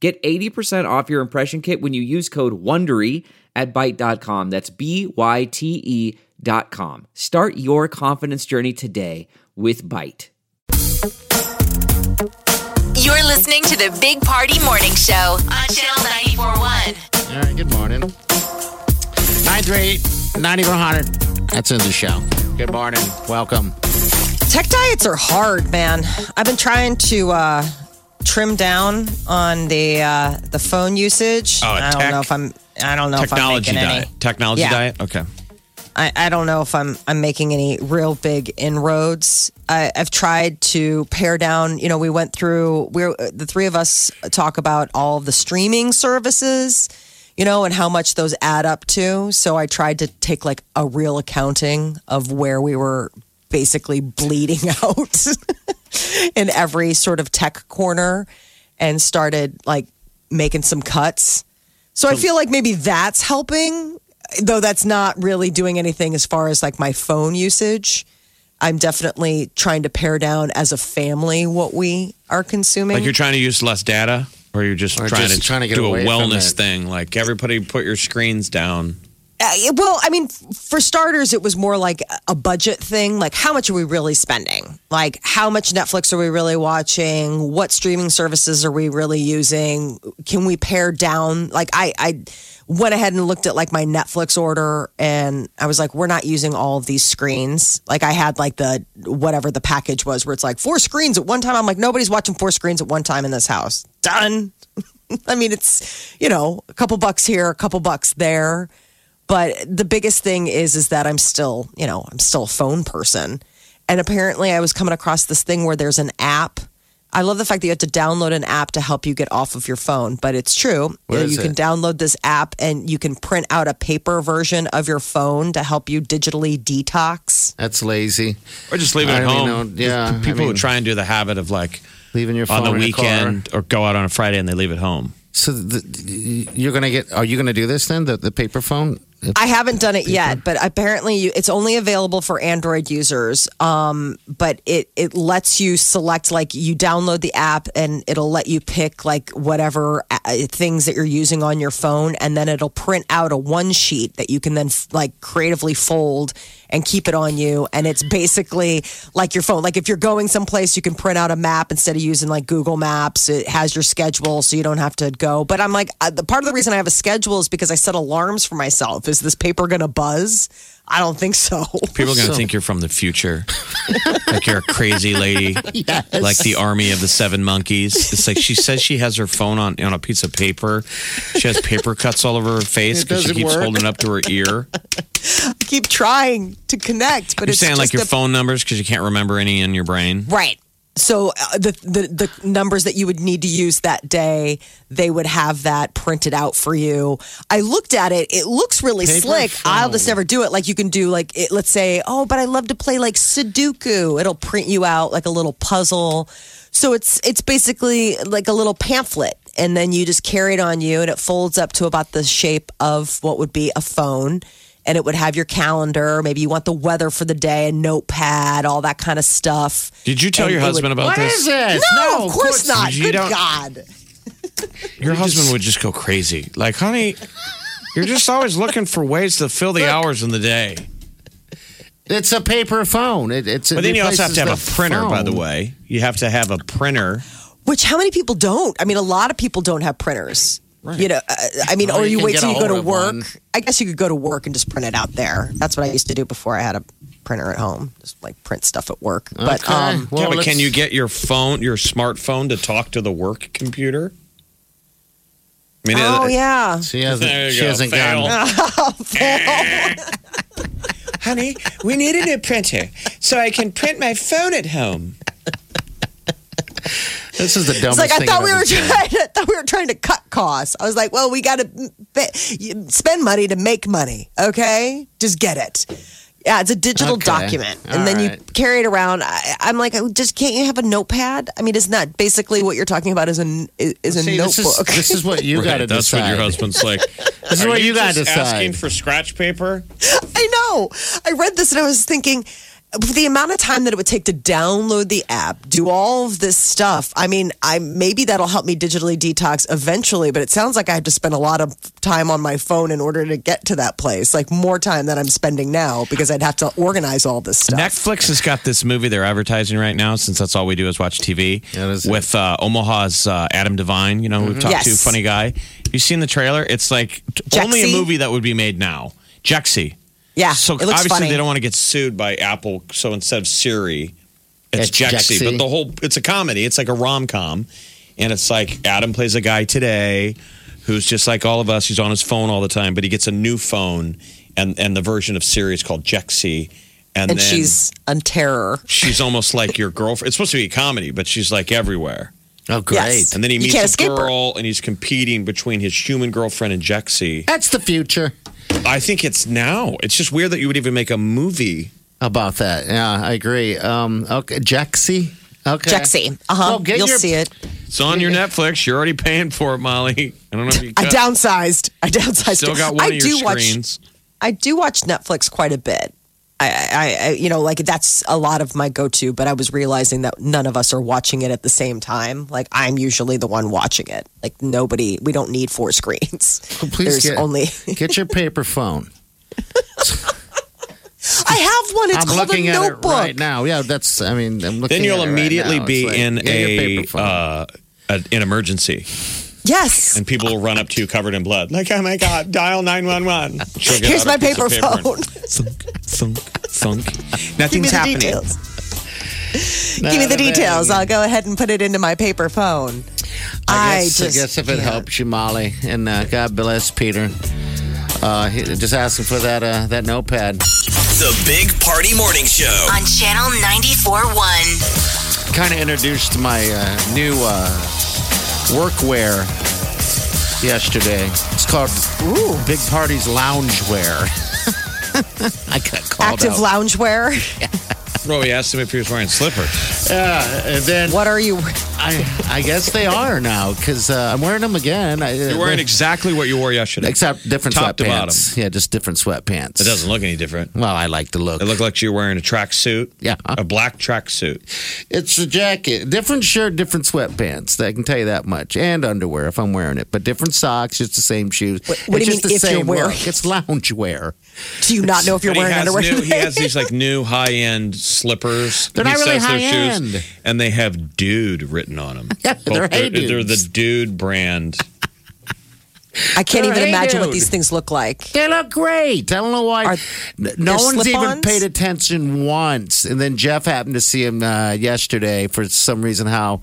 Get 80% off your impression kit when you use code WONDERY at Byte.com. That's b y t e dot com. Start your confidence journey today with Byte. You're listening to the Big Party Morning Show on Channel 94.1. All right, good morning. 938 9400. That's in the show. Good morning. Welcome. Tech diets are hard, man. I've been trying to uh, trim down on the uh, the phone usage. Oh, a I don't tech- know if I'm. I don't know Technology if I'm making diet. Technology Yeah. diet? Okay. any. I, I don't know if I'm I'm making any real big inroads. I, I've tried to pare down. You know, we went through. We're the three of us talk about all the streaming services. You know, and how much those add up to. So I tried to take like a real accounting of where we were basically bleeding out. in every sort of tech corner and started like making some cuts. So I feel like maybe that's helping, though that's not really doing anything as far as like my phone usage. I'm definitely trying to pare down as a family what we are consuming. Like you're trying to use less data, or you're just, Or trying, just to trying to get do a away from wellness it. thing. Like everybody put your screens down. Uh, well, I mean, f- for starters, it was more like a budget thing. Like, how much are we really spending? Like, how much Netflix are we really watching? What streaming services are we really using? Can we pare down? Like, I, I went ahead and looked at like my Netflix order and I was like, we're not using all of these screens. Like, I had like the whatever the package was where it's like four screens at one time. I'm like, nobody's watching four screens at one time in this house. Done. I mean, it's, you know, a couple bucks here, a couple bucks there. But the biggest thing is, is that I'm still, you know, I'm still a phone person. And apparently I was coming across this thing where there's an app. I love the fact that you have to download an app to help you get off of your phone, but it's true. Where you is you can it? download this app and you can print out a paper version of your phone to help you digitally detox. That's lazy. Or just leave it I at mean, home. no, yeah, People I mean- who try and do the habit of like Leaving your phone on the in car. weekend or go out on a Friday and they leave it home. So the, you're going to get, are you going to do this then? The, the paper phone? I haven't done it yet, but apparently you, it's only available for Android users. Um, but it it lets you select like you download the app and it'll let you pick like whatever uh, things that you're using on your phone, and then it'll print out a one sheet that you can then like creatively fold and keep it on you. And it's basically like your phone. Like if you're going someplace, you can print out a map instead of using like Google Maps. It has your schedule, so you don't have to go. But I'm like, uh, the part of the reason I have a schedule is because I set alarms for myself. Is this paper going to buzz? I don't think so. People are going to So- think you're from the future. like you're a crazy lady. Like the army of the seven monkeys. It's like she says she has her phone on, on a piece of paper. She has paper cuts all over her face It because she doesn't keeps work. holding it up to her ear. I keep trying to connect, but You're it's saying like just your a- phone numbers because you can't remember any in your brain. Right. So uh, the, the the numbers that you would need to use that day, they would have that printed out for you. I looked at it; it looks really Paper slick. I'll phone. just never do it. Like you can do like it, let's say, oh, but I love to play like Sudoku. It'll print you out like a little puzzle. So it's it's basically like a little pamphlet, and then you just carry it on you, and it folds up to about the shape of what would be a phone and it would have your calendar. Maybe you want the weather for the day, a notepad, all that kind of stuff. Did you tell And your it husband would- about this? this? No, of course not. you Good don't- God. Your husband would just go crazy. Like, honey, you're just always looking for ways to fill the hours in the day. It's a paper phone. It, it's But then you also have to have a printer, by the way. way. You have to have a printer. Which, how many people don't? I mean, a lot of people don't have printers. You know, uh, I mean, Well, or Oh, you you, can wait get till a you go to hold of work. one. I guess you could go to work and just print it out there. That's what I used to do before I had a printer at home, just like print stuff at work. But Okay. um, Well, yeah, but let's- can you get your phone, your smartphone, to talk to the work computer? I mean, oh it- yeah, She hasn't, There you she go, hasn't fail. gotten honey, we need a new printer so I can print my phone at home. This is the dumbest it's like I thing thought I've we ever were seen. trying. I thought we were trying to cut costs. I was like, well, we got to spend money to make money. Okay, just get it. Yeah, it's a digital Okay. document, and All then you right. carry it around. I, I'm like, oh, just can't you have a notepad? I mean, isn't that basically what you're talking about? Is a is, is a See, notebook? This is, this is what you got to that's decide. what your husband's like. This is Are what you, got to just asking decide. for scratch paper? I know. I read this and I was thinking the amount of time that it would take to download the app, do all of this stuff. I mean, I maybe that'll help me digitally detox eventually, but it sounds like I have to spend a lot of time on my phone in order to get to that place. Like more time than I'm spending now because I'd have to organize all this stuff. Netflix has got this movie they're advertising right now, since that's all we do is watch TV. That is it. Mm-hmm. with uh, Omaha's uh, Adam Devine, you know, who we talked to, Yes. funny guy. You seen the trailer? It's like t- only a Jexy? movie that would be made now. Jexy. yeah, So it looks obviously funny. they don't want to get sued by Apple, so instead of Siri, it's, It's Jexy. Jexy. But the whole it's a comedy. It's like a rom com, and it's like Adam plays a guy today who's just like all of us. He's on his phone all the time, but he gets a new phone, and and the version of Siri is called Jexy. And, and then she's on terror. she's almost like your girlfriend. It's supposed to be a comedy, but she's like everywhere. Oh, great. Yes. And then he You meets can't a escape her. girl, and he's competing between his human girlfriend and Jexy. That's the future. I think it's now. It's just weird that you would even make a movie. About that. Yeah, I agree. Um, okay, Jexy. Okay. Jexy. Uh huh. Well, get You'll your- see it. It's on your Netflix. You're already paying for it, Molly. I don't know if you I got- downsized. I downsized. still it. got one I of your do watch screens. I do watch Netflix quite a bit. I, I, I, you know, like that's a lot of my go-to. But I was realizing that none of us are watching it at the same time. Like I'm usually the one watching it. Like nobody, we don't need four screens. Please There's get, only. get your paper phone. I have one. It's I'm called looking a at notebook. it right now. Yeah, that's. I mean, I'm looking. Then you'll at it right immediately now. It's be like, in get your a, paper phone. uh, a an emergency, Yes. and people will run up to you covered in blood. Like, oh my god, dial nine one one. Here's my paper, phone. Thunk, thunk, thunk. Give me Nothing's the happening. details. Give me the details. I'll go ahead and put it into my paper phone. I I, guess, I just guess if it can't. helps you, Molly, and uh, God bless Peter. Uh, he, just asking for that uh, that notepad. The Big Party Morning Show. on Channel 94.1. Kind of introduced my uh, new uh, workwear yesterday. It's called Ooh. Big Party's Loungewear. I got called active out. loungewear. Bro, he asked him if he was wearing slippers. yeah, and then What are you? I, I guess they are now because uh, I'm wearing them again. I, uh, You're wearing exactly what you wore yesterday. except different top to sweatpants. Yeah, just different sweatpants. It doesn't look any different. Well, I like the look. It looked like you were wearing a tracksuit. Yeah. a black tracksuit. It's a jacket, different shirt, different sweatpants. I can tell you that much, and underwear if I'm wearing it. But different socks, just the same shoes. what do you it's just mean the if same you're wearing look. It's loungewear. Do you not know if you're But he wearing has underwear? New, he has these like new high end slippers. They're he not really says they're high-end. shoes, and they have "dude" written on them. Yeah, they're hey they're dudes. the dude brand. I can't They're even hey, imagine what dude. these things look like. They look great. I don't know why. Are- N- no they're one's even slip-ons? paid attention once. And then Jeff happened to see him uh, yesterday for some reason how,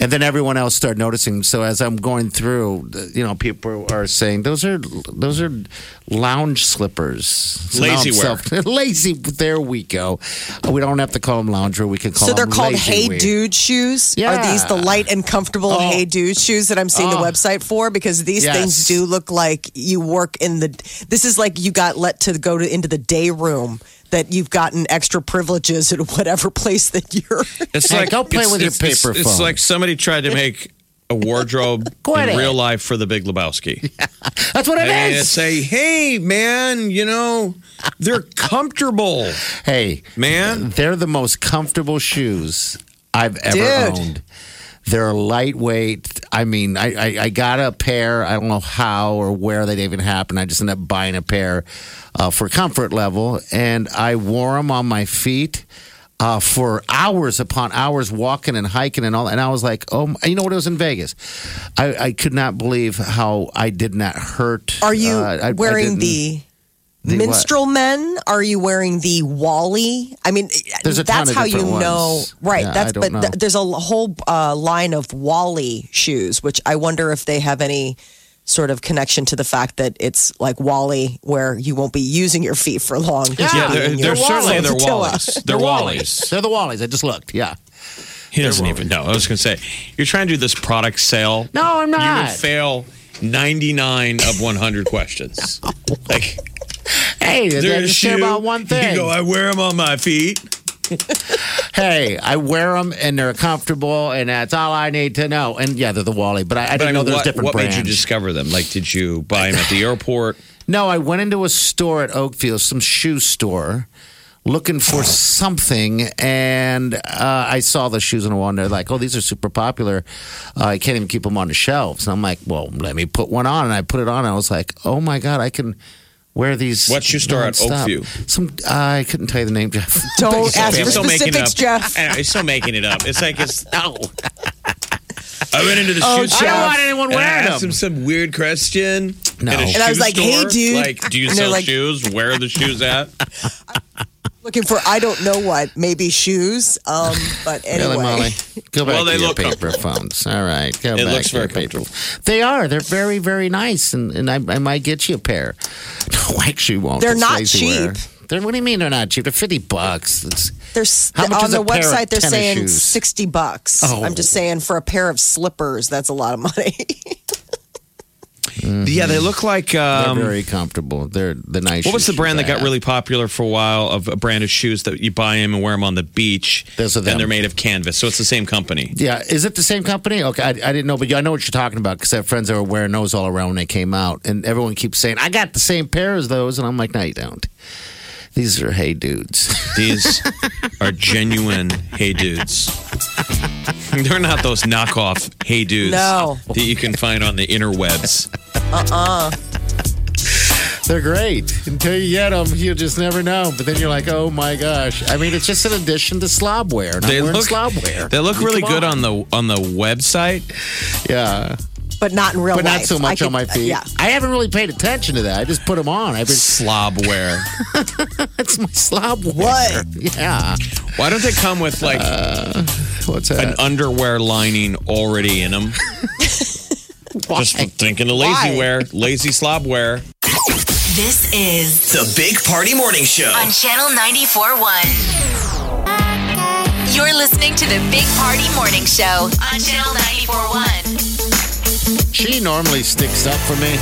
and then everyone else started noticing. So as I'm going through, you know, people are saying those are those are lounge slippers, so now Lazy I'm wear. self- lazy. There we go. We don't have to call them lounge wear. We could call So they're them called lazy Hey wear. Dude shoes. Are Yeah. these the light and comfortable Oh. Hey Dude shoes that I'm seeing the website for? Because these Yes. things do look like you work in the. This is like you got let to go to into the day room that you've gotten extra privileges at whatever place that you're. It's Hey, go play it's- with your it's- it's- paper It's, phone. like somebody tried to make a wardrobe Quit in it. real life for the Big Lebowski. That's what it And is. say, hey man, you know they're comfortable, Hey, man. They're the most comfortable shoes I've ever Dude. owned. They're lightweight. I mean, I, I, I got a pair. I don't know how or where that even happened. I just ended up buying a pair uh, for comfort level, and I wore them on my feet. Uh, for hours upon hours walking and hiking and all and i was like oh my, you know what it was in vegas I, I could not believe how i did not hurt Are you uh, I- I didn't- wearing the. the what? Minstrel men? Are you wearing the Wally? I mean, There's a ton that's of how you different know, ones. right? Yeah, that's I don't but th- know. there's a l- whole uh, line of Wally shoes, which I wonder if they have any sort of connection to the fact that it's like Wally, where you won't be using your feet for long. Ah, Yeah, they're, they're certainly they're Wallys. wallies. They're wallies. they're the wallies i just looked yeah He doesn't even know. I was going to say, you're trying to do this product sale. No, I'm You would not. fail 99 of 100 questions. Like, Hey, they're there's Oh, just care you. about one thing. You go, I wear them on my feet. hey, I wear them and they're comfortable, and that's all I need to know. And yeah, they're the Wally, but I, I But didn't I mean, know there's what, different what brands. made you discover them? Like, did you buy them at the airport? No, I went into a store at Oakfield, some shoe store, looking for something, and uh, I saw the shoes on the wall, and they're like, oh, these are super popular. Uh, I can't even keep them on the shelves. And I'm like, well, let me put one on. And I put it on, and I was like, oh my God, I can. wear these? What shoe store at nonstop. Oakview? Some uh, I couldn't tell you the name, Jeff. Don't ask I'm for still making specifics, up. Jeff. I know, he's still making it up. It's like it's no. I went into the shoe I store. don't want anyone and I wearing asked them. him some weird question. No. at a And I shoe was like, "Hey, store, dude." Like, do you And they're sell like- shoes? Where are the shoes at? Looking for I don't know what, maybe shoes. Um, but anyway, Billy Molly, go back Well, to they your look paper phones. All right, go It back looks to your very paper. They are. They're very, very nice, and, and I, I might get you a pair. No, I actually won't. They're It's not lazy cheap. wear. They're, what do you mean they're not cheap? They're fifty bucks. It's, there's How much on is the a pair of website they're tennis saying shoes? sixty bucks. Oh. I'm just saying for a pair of slippers, that's a lot of money. Yeah, they look like. they're Um, very comfortable. They're the nice. what was the shoes brand that I got have. really popular for a while of a brand of shoes that you buy them and wear them on the beach? Those are them. And they're made of canvas, so it's the same company. Yeah, is it the same company? Okay, I, I didn't know, but I know what you're talking about because I have friends that were wearing those all around when they came out, and everyone keeps saying, "I got the same pair as those," and I'm like, "No, you don't. These are hey dudes." These are genuine hey dudes. They're not those knockoff hey dudes No. that you can find on the interwebs. They're great. Until you get them, you'll just never know. But then you're like, oh my gosh. I mean, it's just an addition to slobware. And They I'm wearing look slobware. They look Come really good on the on the website. Yeah. but not in real But life. not so much I on my could- uh, feet. Yeah. I haven't really paid attention to that. I just put them on. I've been, Slobware. that's my slobware. What? Yeah. Why don't they come with like What's an that? underwear lining already in them? Just thinking of lazy Why? wear, lazy slobware. This is The Big Party Morning Show. on Channel 94.1. You're listening to the Big Party Morning Show on Channel 94.1. she normally sticks up for me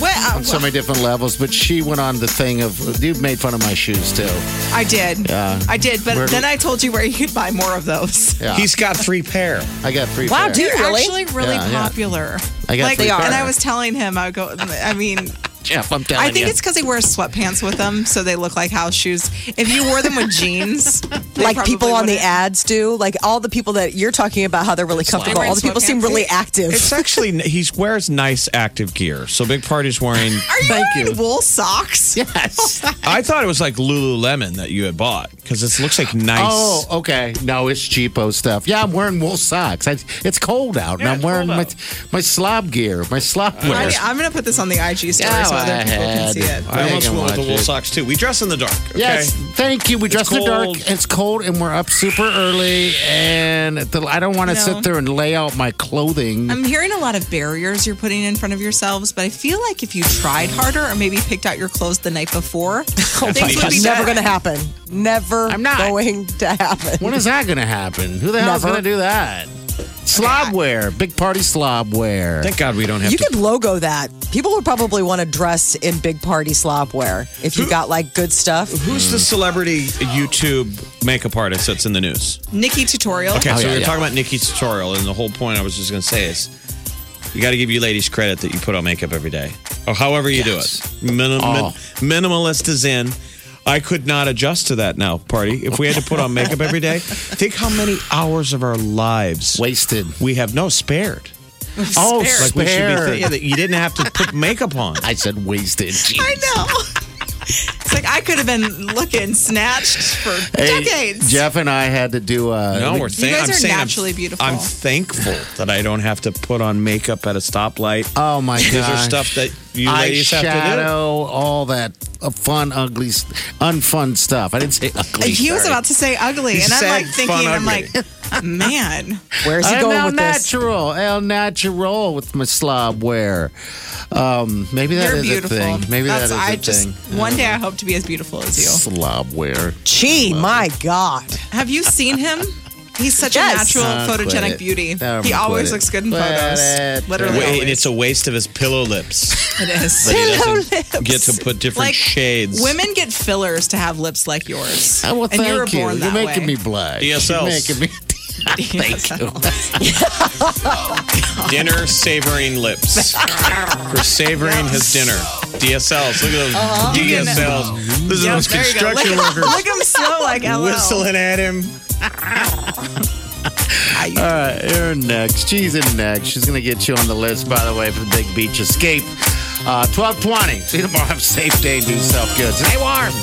Well, uh, on so many different levels, but she went on the thing of, you've made fun of my shoes too. I did. I did, but Where- then I told you where you could buy more of those. Yeah. He's got three pair. I got three Wow, pair. dude. They're Really? actually really Yeah, yeah. popular. I got like, three And pair. I was telling him, I would go. I mean, Jeff, I'm telling I think you. it's because he wears sweatpants with them, so they look like house shoes. If you wore them with jeans, they like probably people on the wouldn't. ads do. Like all the people that you're talking about, how they're really comfortable. They All wear the people seem sweatpants. really active. It's actually he wears nice active gear. So big party's wearing. Are you Thank wearing you. wool socks? Yes. I thought it was like Lululemon that you had bought because it looks like nice. Oh, okay. No, it's cheapo stuff. Yeah, I'm wearing wool socks. I, it's cold out, and I'm wearing my my slob gear, my slob Uh, wear. I, am gonna put this on the IG story so Go other people can ahead. see it. I almost They can went with the watch wool it. socks too. We dress in the dark. Okay? Yes, thank you. We dress in the cold. dark. It's cold, and we're up super early, and the, I don't want to No. sit there and lay out my clothing. I'm hearing a lot of barriers you're putting in front of yourselves, but I feel like if you tried harder or maybe picked out your clothes the night Oh before, things would be It's never better. going to happen. Never I'm not. going to happen. when is that going to happen? Who the hell is Never. going to do that? Slob wear, big party slob wear. Thank God we don't have You to. could logo that. People would probably want to dress in big party slop wear if you got like good stuff. Who's the celebrity YouTube makeup artist that's in the news? Nikki tutorial. Okay, Oh, so yeah, we were yeah. talking about Nikki's tutorial, and the whole point I was just going to say is you got to give you ladies credit that you put on makeup every day, or however you do it. Minim- Oh. min- minimalist is in. I could not adjust to that now, party. If we had to put on makeup every day, think how many hours of our lives Wasted. we have no spared. Oh, Like Spared. we should be spared. thinking that you didn't have to put makeup on. I said wasted. I Jeez. know. It's like I could have been looking snatched for Hey, decades. Jeff and I had to do a. No, we're thank- guys I'm are saying I'm- naturally beautiful. I'm thankful that I don't have to put on makeup at a stoplight. Oh my god! These are stuff that you ladies have to do. Eyeshadow, all that uh, fun, ugly, s- unfun stuff. I didn't say ugly. he was sorry. about to say ugly, He and I'm said like thinking, fun I'm ugly. like, man. Where is he I'm going El with this? Natural, El Natural with my slob wear. Um, maybe that You're is beautiful. a thing. Maybe that That's is a I just thing. one day I hope to be as beautiful as you. Slob wear. Gee, my God. Have you seen him? He's such Yes. a natural Oh, quit photogenic it. beauty. Oh, he quit always it. looks good in Quit photos. it. Literally, Wait, and always. it's a waste of his pillow lips. it is. But he doesn't get to put different Like, shades. Women get fillers to have lips like yours. Oh, well, and thank you were you. born You're that making way. me blush. DSLs. You're making me. thank you. Dinner savoring lips. For savoring his dinner. DSLs. Look at those DSLs. This is those Uh-huh. there you go. Look, construction at- workers look at him slow like LL. whistling at him. All right, you're next. She's in next. She's going to get you on the list, by the way, for the Big Beach Escape. Uh, 1220. See you tomorrow. Have a safe day and do yourself good. Stay warm.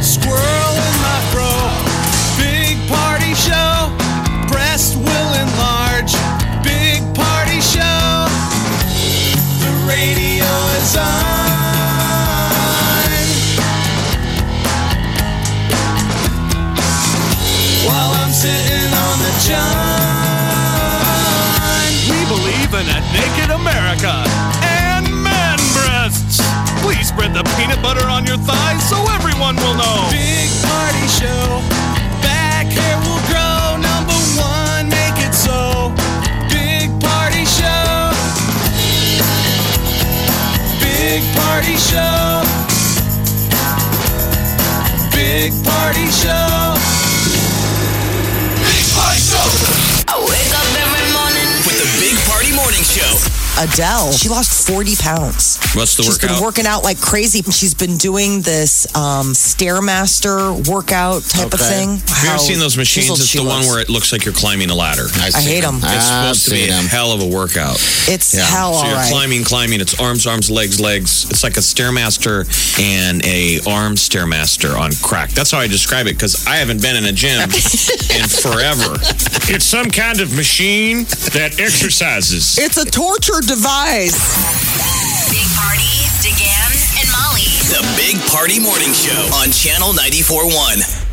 Squirrel in my fro. Big party show. Breast will enlarge. Big party show. The radio is on. While I'm sitting on the john. We believe in a naked America and man breasts. Please spread the peanut butter on your thighs so everyone will know. Big party show. Back hair will grow. Number one, make it so. Big party show. Big party show. Big party show. Big party show. I wake up every morning. With the Big Party Morning Show. Adele, she lost 40 pounds. What's the She's been workout? working out like crazy. She's been doing this um, Stairmaster workout type of Okay. thing. Have you ever seen those machines? It's the one where it, it looks like you're climbing a ladder. I hate them. It's I've supposed to be seen a 'em. hell of a workout. It's hell so all you're right. climbing, climbing. It's arms, arms, legs, legs. It's like a stairmaster and a arm stairmaster on crack. That's how I describe it because I haven't been in a gym in forever. It's some kind of machine that exercises. It's a torture device. Big Party, DeGan, and Molly. The Big Party Morning Show on Channel 94.1.